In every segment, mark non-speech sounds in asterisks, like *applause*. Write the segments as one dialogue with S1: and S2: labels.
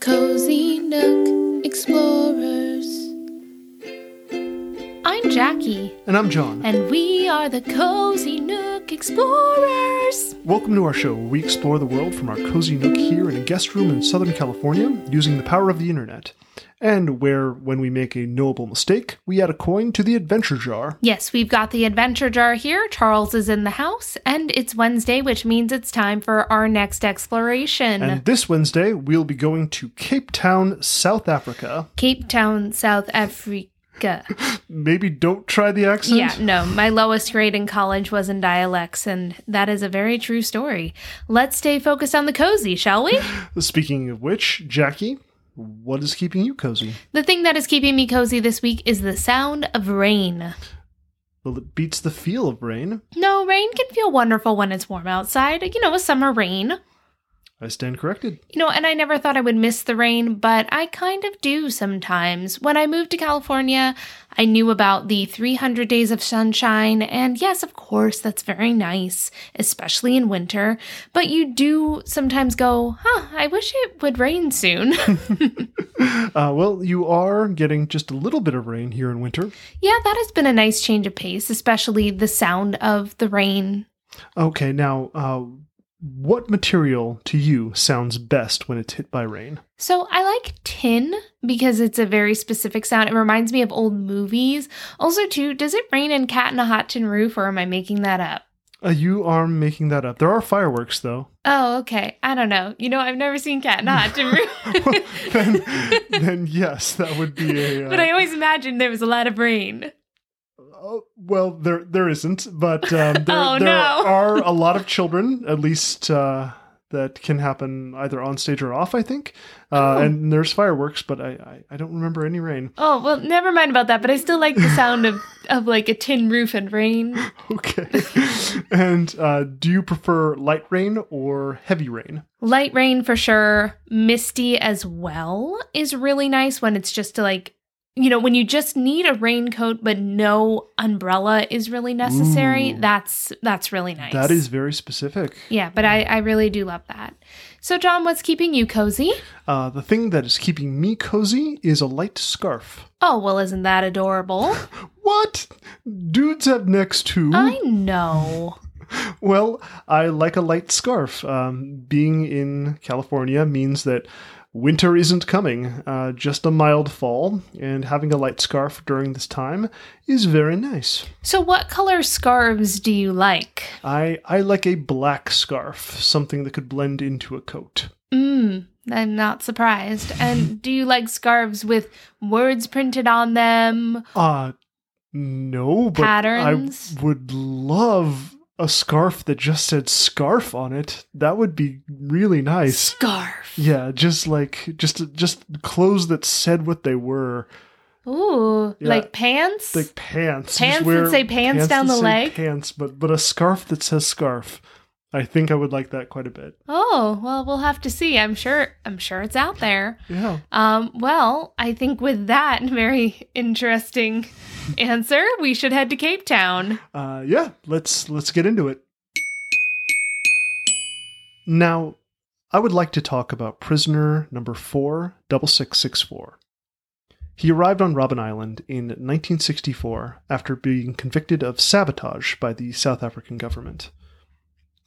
S1: Cozy Nook Explorers. I'm Jackie,
S2: And I'm John.
S1: and we are the Cozy Nook Explorers.
S2: Welcome to our show where we explore the world from our cozy nook here in a guest room in Southern California using the power of the internet. And where, when we make a knowable mistake, we add a coin to the adventure jar.
S1: Yes, we've got the adventure jar here. Charles is in the house, and it's Wednesday, which means it's time for our next exploration.
S2: And this Wednesday, we'll be going to Cape Town, South Africa.
S1: Cape Town, South Africa.
S2: Maybe don't try the accent.
S1: Yeah, no, my lowest grade in college was in dialects, and that is a very true story. Let's stay focused on the cozy, shall we?
S2: Speaking of which, Jackie, what is keeping you cozy?
S1: The thing that is keeping me cozy this week is the sound of rain.
S2: Well, it beats the feel of rain.
S1: No, rain can feel wonderful when it's warm outside, you know, a summer rain.
S2: I stand corrected.
S1: You know, and I never thought I would miss the rain, but I kind of do sometimes. When I moved to California, I knew about the 300 days of sunshine, and yes, of course, that's very nice, especially in winter, but you do sometimes go, huh, I wish it would rain soon.
S2: Uh, well, you are getting just a little bit of rain here in winter.
S1: yeah, that has been a nice change of pace, especially the sound of the rain
S2: Okay, now, uh, what material to you sounds best when it's hit by rain?
S1: So I like tin because it's a very specific sound. It reminds me of old movies. Also, too, does it rain in Cat in a Hot Tin Roof or am I making that up?
S2: Uh, you are making that up. There are fireworks,
S1: *laughs*
S2: though. *laughs*
S1: Oh, okay. I don't know. You know, I've never seen Cat in a Hot Tin
S2: then,
S1: Roof. *laughs*
S2: then yes, that would be a. Uh,
S1: but I always imagined there was a lot of rain.
S2: oh, well, there there isn't,
S1: *laughs*
S2: but um, there,
S1: Oh,
S2: there
S1: no.
S2: are a lot of children, at least uh, that can happen either on stage or off. I think, uh,
S1: Oh.
S2: and there's fireworks, but I, I I don't remember any rain. *laughs*
S1: Oh, well, never mind about that, but I still like the sound of, of like a tin roof and rain.
S2: Okay, and uh, do you prefer light rain or heavy rain?
S1: Light rain for sure. Misty as well is really nice when it's just to like, you know, when you just need a raincoat but no umbrella is really necessary.
S2: Ooh.
S1: That's that's really nice.
S2: That is very specific.
S1: Yeah, but I I really do love that. So John, what's keeping you cozy?
S2: Uh, the thing that is keeping me cozy is a light scarf.
S1: Oh, well isn't that adorable?
S2: What? Dudes have necks too.
S1: I know.
S2: Well, I like a light scarf. Um, being in California means that winter isn't coming, uh, just a mild fall, and having a light scarf during this time is very nice.
S1: So what color scarves do you like?
S2: I, I like a black scarf, something that could blend into a coat.
S1: Mm, I'm not surprised. And do you like scarves with words printed on them?
S2: Uh, no, but
S1: Patterns?
S2: I would love a scarf that just said scarf on it. That would be really nice.
S1: Scarf.
S2: Yeah, just like just just clothes that said what they were,
S1: Ooh,
S2: Yeah.
S1: like pants?
S2: like pants. Just
S1: Pants that
S2: wear
S1: say pants down
S2: that
S1: the
S2: say
S1: leg?
S2: Pants, but but a scarf that says scarf. I think I would like that quite a bit.
S1: oh, well, we'll have to see. I'm sure I'm sure it's out there.
S2: Yeah.
S1: Um, well, I think with that *laughs* very interesting answer, we should head to Cape Town.
S2: Uh, yeah. Let's let's get into it. Now, I would like to talk about prisoner number four, double six six four. He arrived on Robben Island in 1964 after being convicted of sabotage by the South African government.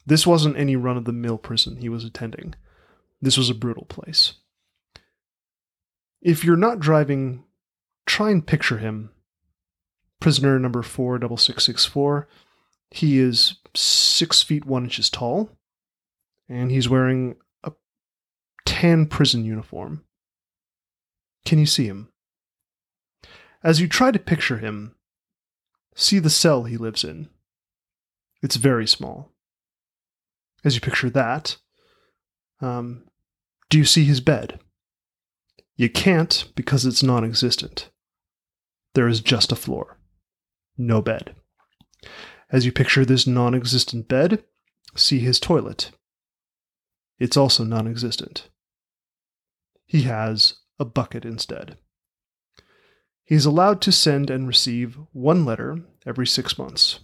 S2: This wasn't any run of the mill prison he was attending. This was a brutal place. If you're not driving, try and picture him. Prisoner number 46664. He is 6 feet 1 inches tall, and he's wearing a tan prison uniform. Can you see him? As you try to picture him, see the cell he lives in. It's very small. As you picture that, um, do you see his bed? You can't because it's non existent. There is just a floor, no bed. As you picture this non existent bed, see his toilet. It's also non existent. He has a bucket instead. He is allowed to send and receive one letter every six months.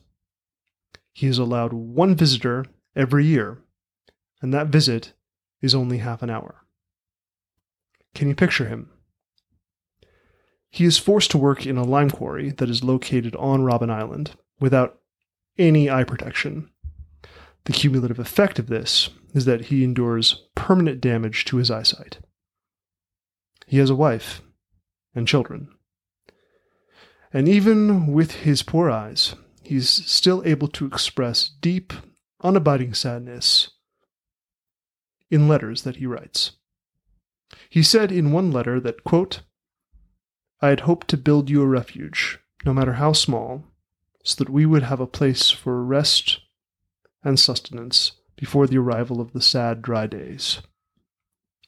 S2: He is allowed one visitor every year, and that visit is only half an hour. Can you picture him? He is forced to work in a lime quarry that is located on Robin Island without any eye protection. The cumulative effect of this is that he endures permanent damage to his eyesight. He has a wife and children. And even with his poor eyes, he's still able to express deep, unabiding sadness in letters that he writes. He said in one letter that, quote, I had hoped to build you a refuge, no matter how small, so that we would have a place for rest and sustenance before the arrival of the sad, dry days.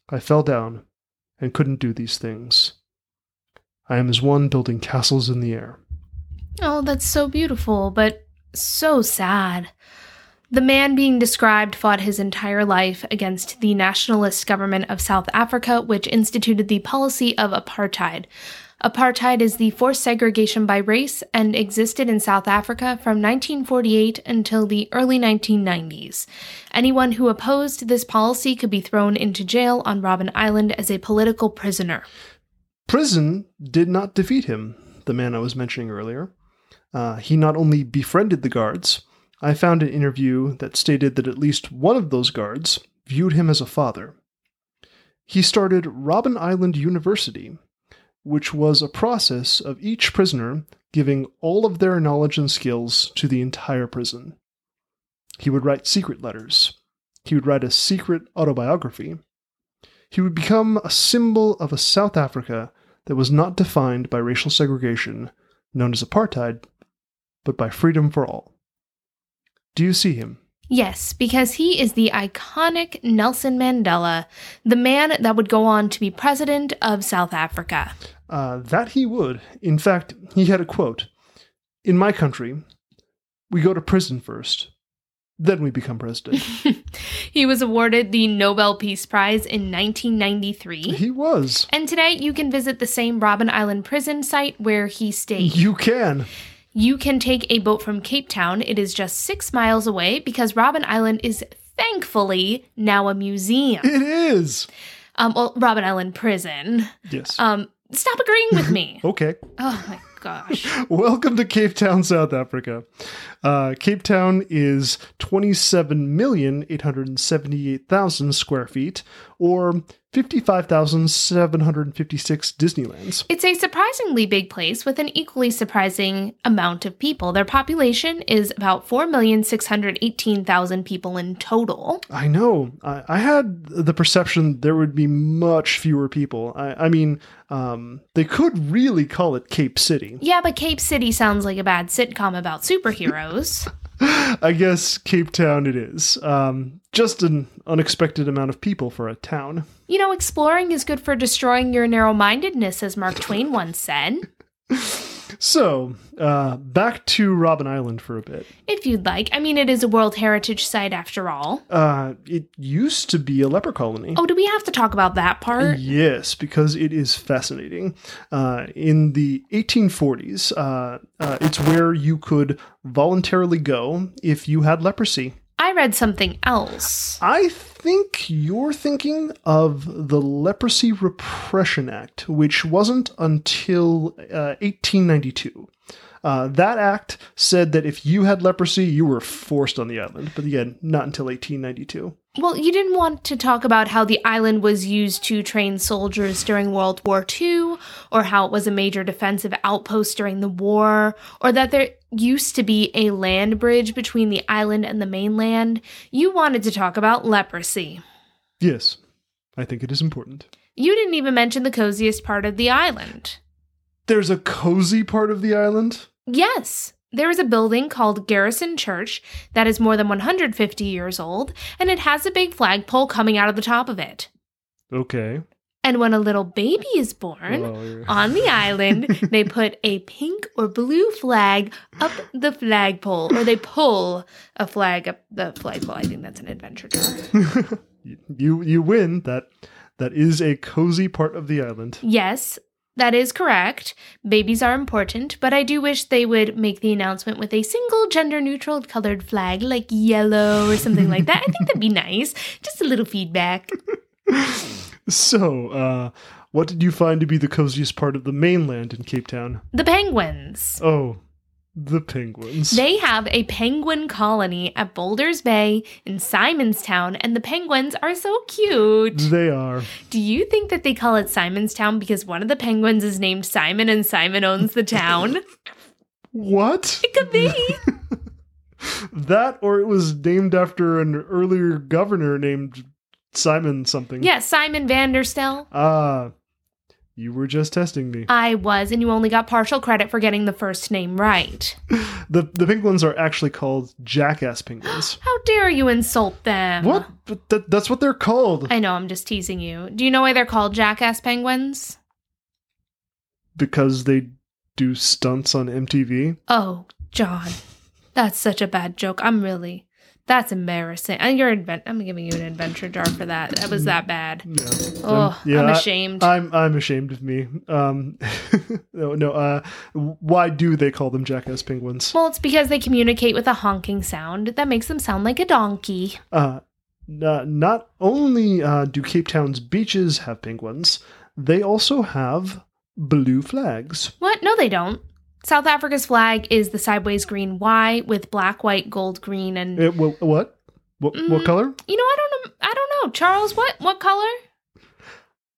S2: I fell down and couldn't do these things. I am as one building castles in the air.
S1: Oh, that's so beautiful, but so sad. The man being described fought his entire life against the nationalist government of South Africa, which instituted the policy of apartheid. Apartheid is the forced segregation by race and existed in South Africa from 1948 until the early 1990s. Anyone who opposed this policy could be thrown into jail on Robben Island as a political prisoner.
S2: Prison did not defeat him, the man I was mentioning earlier. Uh, he not only befriended the guards, I found an interview that stated that at least one of those guards viewed him as a father. He started Robben Island University, which was a process of each prisoner giving all of their knowledge and skills to the entire prison. He would write secret letters. He would write a secret autobiography. He would become a symbol of a South Africa that was not defined by racial segregation, known as apartheid, but by freedom for all. Do you see him?
S1: Yes, because he is the iconic Nelson Mandela, the man that would go on to be president of South Africa.
S2: Uh, that he would. In fact, he had a quote In my country, we go to prison first, then we become president.
S1: he was awarded the Nobel Peace Prize in 1993.
S2: he was.
S1: And today you can visit the same Robben Island prison site where he stayed.
S2: You can.
S1: You can take a boat from Cape Town. It is just six miles away because Robben Island is thankfully now a museum.
S2: It is.
S1: Um, well, Robben Island Prison.
S2: Yes.
S1: Um, stop agreeing with me.
S2: okay.
S1: oh my gosh.
S2: Welcome to Cape Town, South Africa. Uh, Cape Town is 27,878,000 square feet, or 55,756 Disneylands.
S1: It's a surprisingly big place with an equally surprising amount of people. Their population is about 4,618,000 people in total.
S2: I know. I, I had the perception there would be much fewer people. I, I mean, um, they could really call it Cape City.
S1: Yeah, but Cape City sounds like a bad sitcom about superheroes.
S2: I guess Cape Town it is. Um, just an unexpected amount of people for a town.
S1: you know, exploring is good for destroying your narrow mindedness, as Mark Twain once said.
S2: So, uh, back to Robin Island for a bit.
S1: If you'd like. I mean, it is a World Heritage Site after all.
S2: Uh, it used to be a leper colony.
S1: Oh, do we have to talk about that part?
S2: Yes, because it is fascinating. Uh, in the 1840s, uh, uh, it's where you could voluntarily go if you had leprosy.
S1: I read something else.
S2: I think you're thinking of the Leprosy Repression Act, which wasn't until uh, 1892. Uh, that act said that if you had leprosy, you were forced on the island, but again, not until 1892.
S1: Well, you didn't want to talk about how the island was used to train soldiers during World War II, or how it was a major defensive outpost during the war, or that there used to be a land bridge between the island and the mainland. You wanted to talk about leprosy.
S2: Yes, I think it is important.
S1: You didn't even mention the coziest part of the island.
S2: There's a cozy part of the island.
S1: Yes, there is a building called Garrison Church that is more than 150 years old, and it has a big flagpole coming out of the top of it.
S2: Okay.
S1: And when a little baby is born on the island, they put a pink or blue flag up the flagpole, or they pull a flag up the flagpole. I think that's an adventure term.
S2: you you win. That that is a cozy part of the island. *laughs*
S1: Yes, that is correct. Babies are important, but I do wish they would make the announcement with a single gender neutral colored flag, like yellow or something like that. I think that'd be nice. Just a little feedback.
S2: so, uh, what did you find to be the coziest part of the mainland in Cape Town?
S1: The penguins.
S2: Oh, the penguins.
S1: They have a penguin colony at Boulders Bay in Simonstown, and the penguins are so cute.
S2: They are.
S1: Do you think that they call it Simonstown because one of the penguins is named Simon and Simon owns the
S2: *laughs*
S1: town? *laughs*
S2: What?
S1: It could be.
S2: That or it was named after an earlier governor named Simon something.
S1: yeah, Simon Vanderstel.
S2: Ah, you were just testing me.
S1: I was, and you only got partial credit for getting the first name right.
S2: The the penguins are actually called jackass penguins.
S1: How dare you insult them?
S2: what? But that, that's what they're called.
S1: I know, I'm just teasing you. Do you know why they're called jackass penguins?
S2: because they do stunts on MTV.
S1: Oh, John, that's such a bad joke. I'm really, that's embarrassing. And you're invent. I'm giving you an adventure jar for that. That was that bad.
S2: Yeah.
S1: Oh,
S2: Um, yeah,
S1: I'm
S2: I-
S1: ashamed.
S2: I'm I'm ashamed of me. Um, *laughs* no, no. Uh, why do they call them jackass penguins?
S1: well, it's because they communicate with a honking sound that makes them sound like a donkey.
S2: Uh, not, not only uh, do Cape Town's beaches have penguins, they also have blue flags.
S1: What? No, they don't. South Africa's flag is the sideways green Y with black, white, gold, green, and
S2: Eh, wha- what? What, what
S1: Mm.
S2: color?
S1: you know, I don't, I don't know. Charles, what, what color?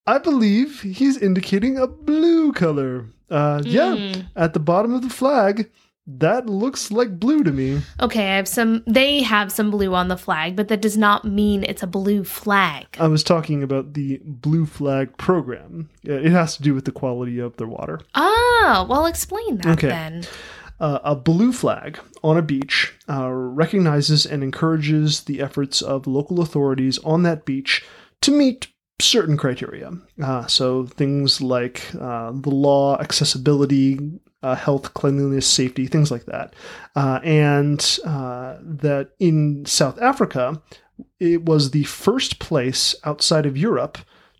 S2: I believe he's indicating a blue color. Uh, Yeah,
S1: Mm.
S2: at the bottom of the flag, that looks like blue to me.
S1: Okay, I have some. They have some blue on the flag, but that does not mean it's a blue flag.
S2: I was talking about the blue flag program. Uh, It has to do with the quality of the water.
S1: Ah, well, explain that
S2: Okay.
S1: then.
S2: Uh, a blue flag on a beach uh, recognizes and encourages the efforts of local authorities on that beach to meet certain criteria. Uh, so things like uh, the law, accessibility, uh, health, cleanliness, safety, things like that. Uh, and uh, that in South Africa, it was the first place outside of Europe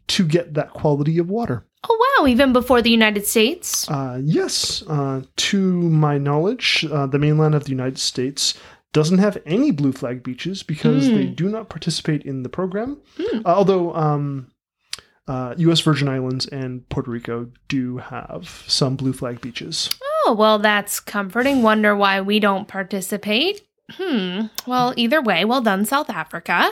S2: to get that quality of water.
S1: Oh, wow, even before the United States?
S2: Uh, yes, uh, to my knowledge, uh, the mainland of the United States doesn't have any blue flag beaches because
S1: Hmm.
S2: they do not participate in the program.
S1: Hmm.
S2: Uh, although um, uh, U.S. Virgin Islands and Puerto Rico do have some blue flag beaches.
S1: Oh, well, that's comforting. Wonder why we don't participate. Hmm. Well, either way, well done, South Africa.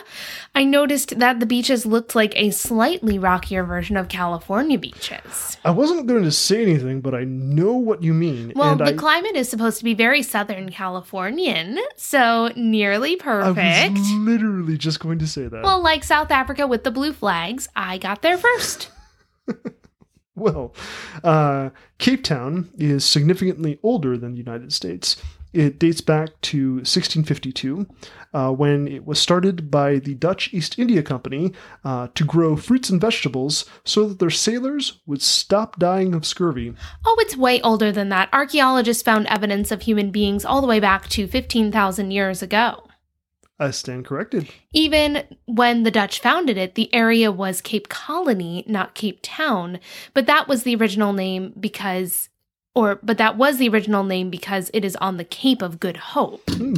S1: I noticed that the beaches looked like a slightly rockier version of California beaches.
S2: I wasn't going to say anything, but I know what you mean,
S1: Well,
S2: and
S1: the
S2: I,
S1: climate is supposed to be very Southern Californian, so nearly
S2: I
S1: perfect.
S2: was literally just going to say that.
S1: Well, like South Africa with the blue flags, I got there first.
S2: Well, uh, Cape Town is significantly older than the United States. It dates back to 1652, uh, when it was started by the Dutch East India Company uh, to grow fruits and vegetables so that their sailors would stop dying of scurvy.
S1: Oh, it's way older than that. Archaeologists found evidence of human beings all the way back to 15,000 years ago.
S2: I stand corrected.
S1: Even when the Dutch founded it, the area was Cape Colony, not Cape Town, but that was the original name because or but that was the original name because it is on the Cape of Good Hope.
S2: Hmm,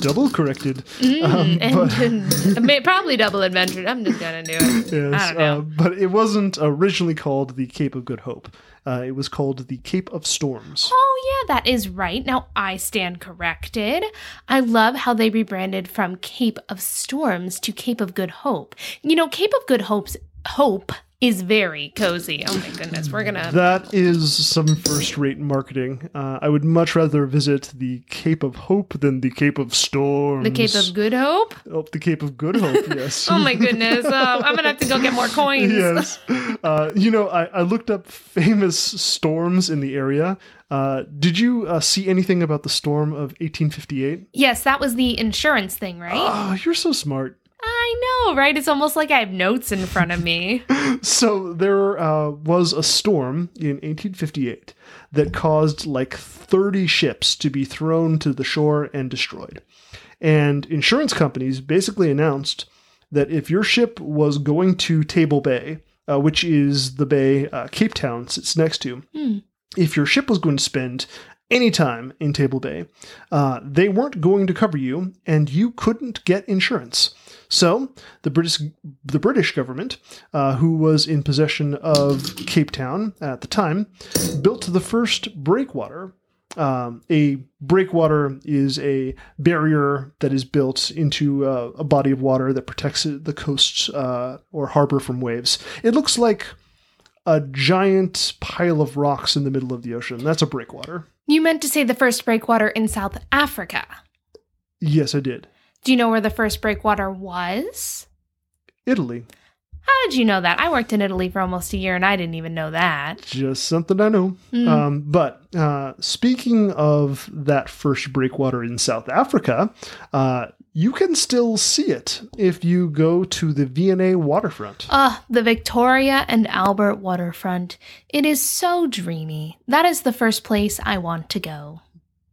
S2: double corrected.
S1: Mm,
S2: *laughs* Um,
S1: *laughs*
S2: but-
S1: and may probably double adventure. I'm just gonna do it.
S2: *laughs* Yes,
S1: Mm, don't know.
S2: uh, but it wasn't originally called the Cape of Good Hope. Uh, it was called the Cape of Storms.
S1: Oh, yeah, that is right. Now I stand corrected. I love how they rebranded from Cape of Storms to Cape of Good Hope. You know, Cape of Good Hope's hope is very cozy. Oh my goodness, we're gonna.
S2: That is some first rate marketing. Uh, I would much rather visit the Cape of Hope than the Cape of Storms.
S1: The Cape of Good Hope?
S2: oh, the Cape of Good Hope,
S1: *laughs*
S2: yes.
S1: Oh my goodness. Oh, I'm gonna have to go get more
S2: *laughs*
S1: coins.
S2: Yes. Uh, you know, I, I looked up famous storms in the area. Uh, did you uh, see anything about the storm of 1858?
S1: Yes, that was the insurance thing, right?
S2: Oh, you're so smart.
S1: I know, right? It's almost like I have notes in front of me.
S2: So there uh, was a storm in 1858 that caused like 30 ships to be thrown to the shore and destroyed. And insurance companies basically announced that if your ship was going to Table Bay, uh, which is the bay uh, Cape Town sits next to,
S1: Hmm.
S2: if your ship was going to spend anytime in Table Day. Uh, they weren't going to cover you, and you couldn't get insurance. So the British, the British government, uh, who was in possession of Cape Town at the time, built the first breakwater. Um, a breakwater is a barrier that is built into uh, a body of water that protects the coast uh, or harbor from waves. It looks like a giant pile of rocks in the middle of the ocean. That's a breakwater.
S1: *laughs* You meant to say the first breakwater in South Africa.
S2: Yes, I did.
S1: Do you know where the first breakwater was?
S2: Italy.
S1: How did you know that? I worked in Italy for almost a year and I didn't even know that.
S2: Just something I know.
S1: Mm.
S2: Um, but uh, speaking of that first breakwater in South Africa, uh, you can still see it if you go to the V&A waterfront.
S1: Ugh, Ah, the Victoria and Albert waterfront. It is so dreamy. That is the first place I want to go.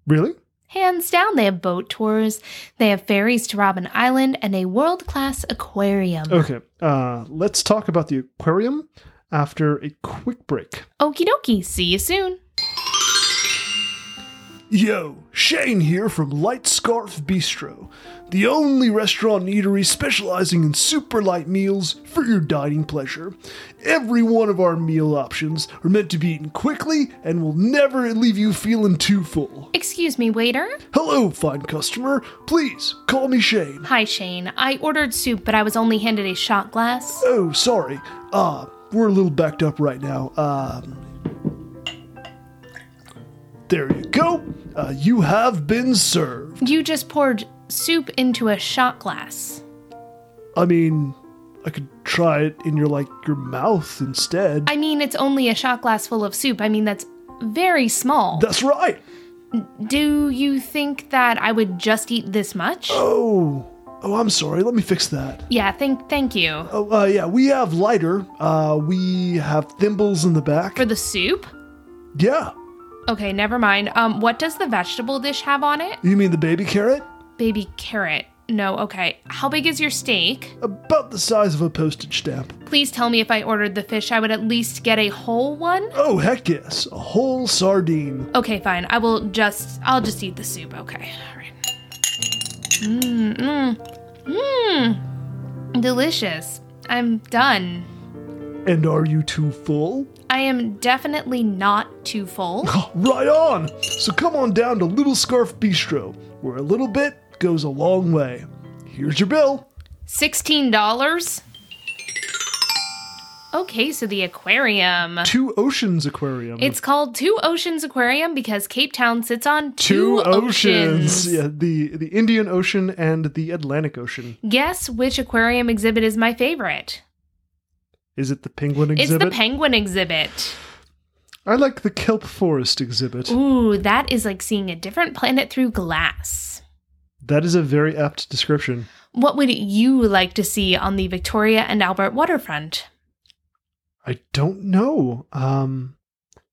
S2: really?
S1: Hands down, they have boat tours, they have ferries to Robin Island, and a world class aquarium.
S2: Okay. Uh, let's talk about the aquarium after a quick break.
S1: Okie dokie, see you soon.
S2: Yo, Shane here from Light Scarf Bistro, the only restaurant and eatery specializing in super light meals for your dining pleasure. Every one of our meal options are meant to be eaten quickly and will never leave you feeling too full.
S1: Excuse me, waiter.
S2: Hello, fine customer. Please call me Shane.
S1: Hi, Shane. I ordered soup, but I was only handed a shot glass.
S2: Oh, sorry. Uh, we're a little backed up right now. Um. There you go. Uh, you have been served.
S1: You just poured soup into a shot glass.
S2: I mean, I could try it in your like your mouth instead.
S1: I mean, it's only a shot glass full of soup. I mean, that's very small.
S2: That's right.
S1: Do you think that I would just eat this much?
S2: Oh, oh, I'm sorry. Let me fix that.
S1: Yeah, thank thank you.
S2: Oh, uh, yeah, we have lighter. Uh, we have thimbles in the back.
S1: For the soup?
S2: yeah.
S1: Okay, never mind. Um what does the vegetable dish have on it?
S2: You mean the baby carrot?
S1: Baby carrot. No, okay. How big is your steak?
S2: About the size of a postage stamp.
S1: Please tell me if I ordered the fish, I would at least get a whole one.
S2: Oh, heck yes. A whole sardine.
S1: Okay, fine. I will just. I'll just eat the soup. Okay. All right. Mmm. Mmm. Mmm. Delicious. I'm done.
S2: And are you too full? *gasps*
S1: I am definitely not too
S2: *laughs*
S1: full.
S2: Right on. So come on down to Little Scarf Bistro, where a little bit goes a long way. Here's your bill.
S1: Sixteen dollars. Okay, so the aquarium.
S2: Two Oceans Aquarium.
S1: Uh, It's called Two Oceans Aquarium because Cape Town sits on
S2: two oceans. Yeah, the the Indian Ocean and the Atlantic Ocean.
S1: Guess which aquarium exhibit is my favorite?
S2: Is it the penguin exhibit?
S1: It's the penguin exhibit.
S2: I like the kelp forest exhibit.
S1: Ooh, that is like seeing a different planet through glass.
S2: That is a very apt description.
S1: What would you like to see on the Victoria and Albert waterfront?
S2: I don't know. Um,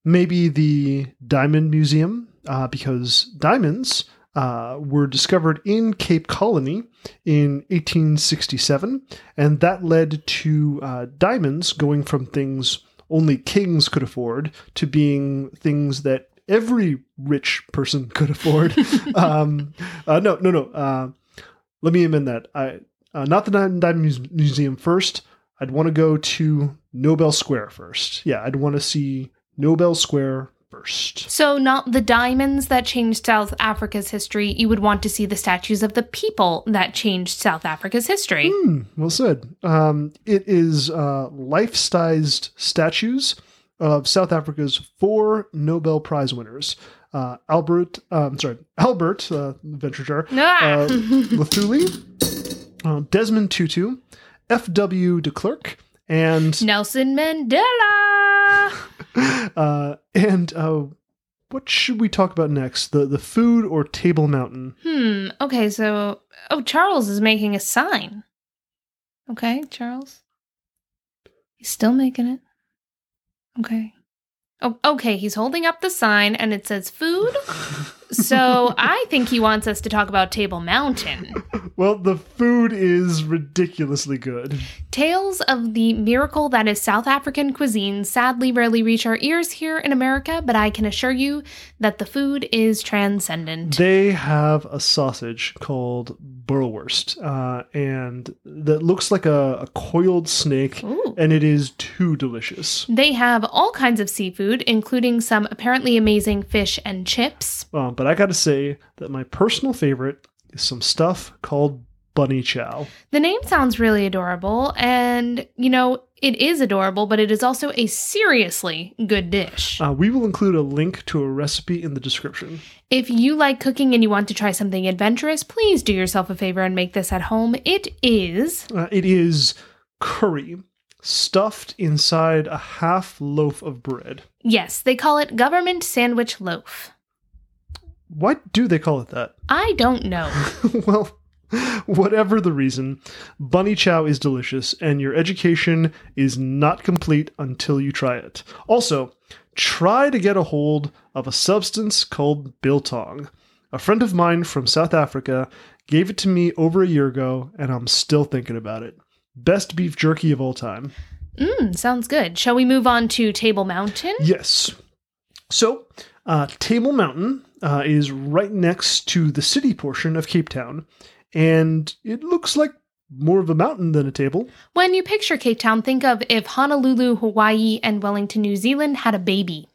S2: maybe the diamond museum, uh, because diamonds uh, were discovered in Cape Colony in 1867, and that led to uh, diamonds going from things only kings could afford to being things that every rich person could afford. um, uh, no, no, no. Uh, let me amend that. I uh, not the Diamond Diamond Muse- Museum first. I'd want to go to Nobel Square first. Yeah, I'd want to see Nobel Square first.
S1: So, not the diamonds that changed South Africa's history. You would want to see the statues of the people that changed South Africa's history.
S2: Hmm, well said. Um, it is uh, life-sized statues of South Africa's four Nobel Prize winners: uh, Albert, um, sorry, Albert uh, Venture Jar,
S1: Ah!
S2: uh, Luthuli, uh, Desmond Tutu, F.W. de Klerk,
S1: *laughs*
S2: and
S1: Nelson Mandela.
S2: *laughs* uh, and uh, what should we talk about next? The the food or table mountain?
S1: Hmm. Okay. So, oh, Charles is making a sign. Okay, Charles. He's still making it. Okay. Oh, okay. He's holding up the sign and it says food. so I think he wants us to talk about Table Mountain.
S2: Well, the food is ridiculously good.
S1: Tales of the miracle that is South African cuisine sadly rarely reach our ears here in America, but I can assure you that the food is transcendent.
S2: They have a sausage called Burlwurst, uh, and that looks like a, a coiled snake,
S1: Ooh.
S2: and it is too delicious.
S1: They have all kinds of seafood, including some apparently amazing fish and chips.
S2: Um, but I gotta say that my personal favorite is some stuff called Bunny Chow.
S1: The name sounds really adorable, and you know, it is adorable, but it is also a seriously good dish.
S2: Uh, we will include a link to a recipe in the description.
S1: If you like cooking and you want to try something adventurous, please do yourself a favor and make this at home. It is
S2: Uh, it is curry stuffed inside a half loaf of bread.
S1: Yes, they call it government sandwich loaf.
S2: Why do they call it that? *laughs*
S1: I don't know.
S2: well, whatever the reason, bunny chow is delicious, and your education is not complete until you try it. Also, try to get a hold of a substance called biltong. A friend of mine from South Africa gave it to me over a year ago, and I'm still thinking about it. Best beef jerky of all time.
S1: Mmm, sounds good. Shall we move on to Table Mountain?
S2: Yes. So, uh, Table Mountain uh, is right next to the city portion of Cape Town, and it looks like more of a mountain than a table.
S1: When you picture Cape Town, think of if Honolulu, Hawaii, and Wellington, New Zealand had a baby.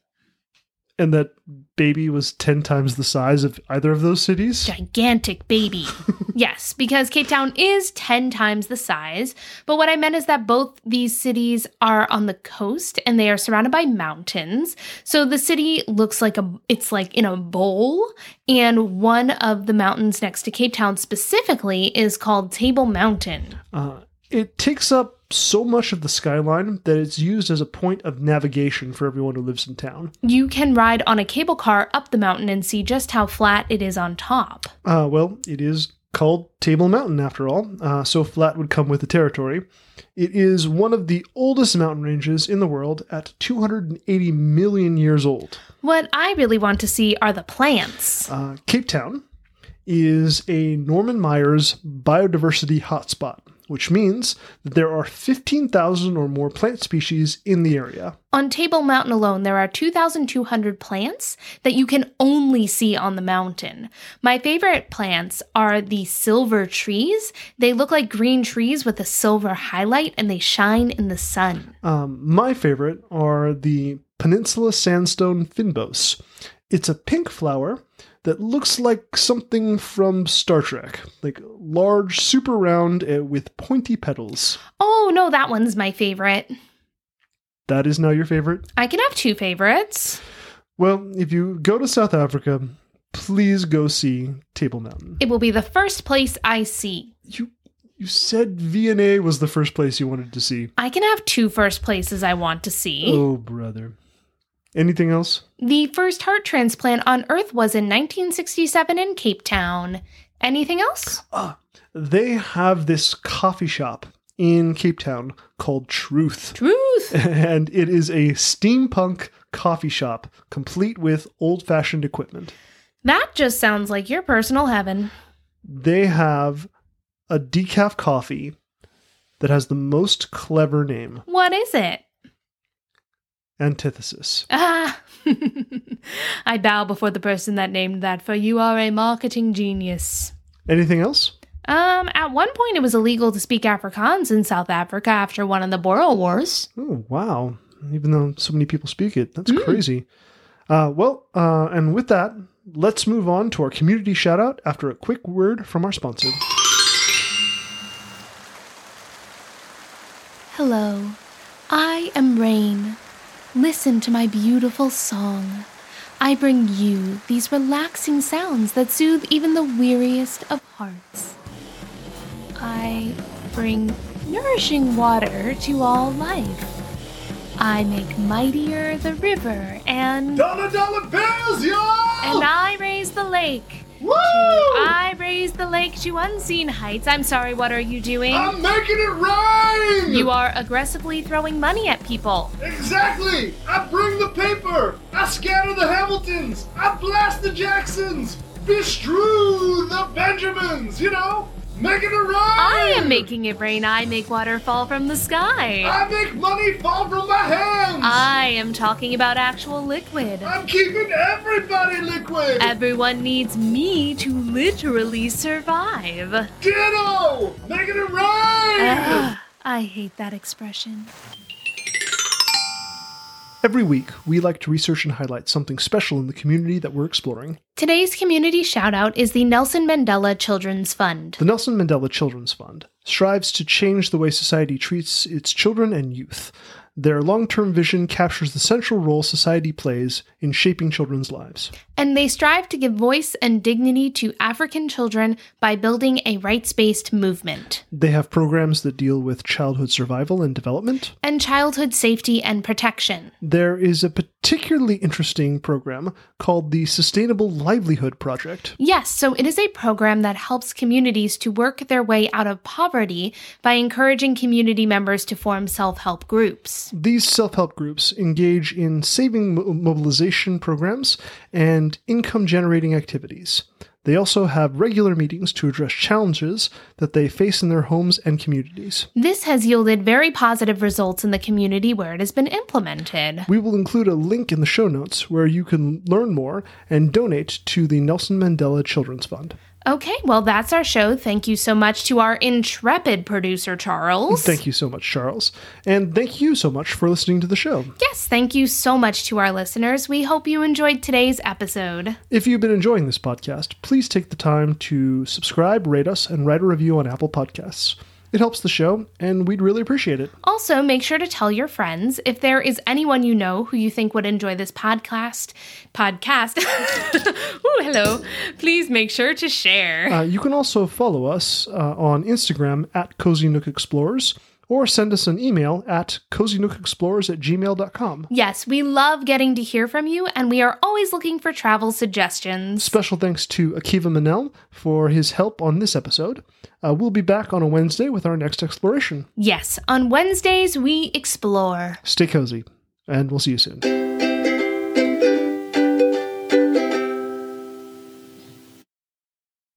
S2: And that baby was 10 times the size of either of those cities.
S1: Gigantic baby. yes, because Cape Town is 10 times the size. But what I meant is that both these cities are on the coast and they are surrounded by mountains. So the city looks like a, it's like in a bowl. And one of the mountains next to Cape Town specifically is called Table Mountain.
S2: Uh, it takes up so much of the skyline that it's used as a point of navigation for everyone who lives in town.
S1: You can ride on a cable car up the mountain and see just how flat it is on top.
S2: Uh, well, it is called Table Mountain after all, uh, so flat would come with the territory. It is one of the oldest mountain ranges in the world at 280 million years old.
S1: What I really want to see are the plants.
S2: Uh, Cape Town is a Norman Myers biodiversity hotspot, which means that there are 15,000 or more plant species in the area.
S1: On Table Mountain alone, there are 2,200 plants that you can only see on the mountain. My favorite plants are the silver trees. They look like green trees with a silver highlight and they shine in the sun.
S2: Um, my favorite are the Peninsula Sandstone Finbos. It's a pink flower that looks like something from Star Trek, like large, super round, uh, with pointy petals.
S1: Oh, no, that one's my favorite.
S2: That is now your favorite?
S1: I can have two favorites.
S2: Well, if you go to South Africa, please go see Table Mountain.
S1: It will be the first place I see.
S2: You you said V&A was the first place you wanted to see.
S1: I can have two first places I want to see.
S2: Oh, brother. Anything else?
S1: The first heart transplant on Earth was in 1967 in Cape Town. Anything else?
S2: Ah, they have this coffee shop in Cape Town called Truth.
S1: Truth.
S2: And it is a steampunk coffee shop complete with old fashioned equipment.
S1: That just sounds like your personal heaven.
S2: They have a decaf coffee that has the most clever name
S1: What is it?
S2: Antithesis.
S1: Ah. *laughs* I bow before the person that named that, for you are a marketing genius.
S2: Anything else?
S1: Um, at one point it was illegal to speak Afrikaans in South Africa after one of the Boer Wars.
S2: Oh, wow. Even though so many people speak it,
S1: Mm.
S2: that's crazy. Uh, well, uh, and with that, let's move on to our community shout out after a quick word from our sponsor.
S1: Hello, I am Rain. Listen to my beautiful song. I bring you these relaxing sounds that soothe even the weariest of hearts. I bring nourishing water to all life. I make mightier the river and
S2: Dollar dollar bills, y'all!
S1: and I raise the lake.
S2: Woo!
S1: I raise the lake to unseen heights. I'm sorry, what are you doing?
S2: making it rain!
S1: You are aggressively throwing money at people.
S2: Exactly! I bring the paper! I scatter the Hamiltons! I blast the Jacksons! Bestrew the Benjamins! You know,
S3: Making it rain!
S1: I am making it rain. I make water fall from the sky.
S3: I make money fall from my hands!
S1: I am talking about actual liquid.
S3: I'm keeping everybody liquid!
S1: uh, Everyone needs me to literally survive.
S3: Ditto! Making it rain!
S1: Ugh, *sighs* I hate that expression.
S2: Every week, we like to research and highlight something special in the community that we're exploring.
S1: Today's community shout out is the Nelson Mandela Children's Fund.
S2: The Nelson Mandela Children's Fund strives to change the way society treats its children and youth. Their long term vision captures the central role society plays in shaping children's lives.
S1: And they strive to give voice and dignity to African children by building a rights based movement
S2: They have programs that deal with childhood survival and development.
S1: and childhood safety and protection.
S2: There is a particularly interesting program called the Sustainable Livelihood Project.
S1: Yes, so it is a program that helps communities to work their way out of poverty by encouraging community members to form self help groups.
S2: These self help groups engage in saving mo- mobilization programs and income generating activities. They also have regular meetings to address challenges that they face in their homes and communities.
S1: This has yielded very positive results in the community where it has been implemented.
S2: We will include a link in the show notes where you can learn more and donate to the Nelson Mandela Children's Fund.
S1: Okay, well, that's our show. Thank you so much to our intrepid producer, Charles.
S2: Thank you so much, Charles. And thank you so much for listening to the show.
S1: Yes, thank you so much to our listeners. We hope you enjoyed today's episode.
S2: If you've been enjoying this podcast, please take the time to subscribe, rate us, and write a review on Apple Podcasts. It helps the show, and we'd really appreciate it.
S1: Also, make sure to tell your friends if there is anyone you know who you think would enjoy this podcast. Podcast. *laughs* Ooh, hello. Please make sure to share.
S2: Uh, you can also follow us uh, on Instagram at Cozy Nook Explorers or send us an email at cozynookexplorers at gmail.com.
S1: yes, we love getting to hear from you, and we are always looking for travel suggestions.
S2: Special thanks to Akiva Manel for his help on this episode. Uh, we'll be back on a Wednesday with our next exploration.
S1: Yes, on Wednesdays, we explore.
S2: Stay cozy, and we'll see you soon.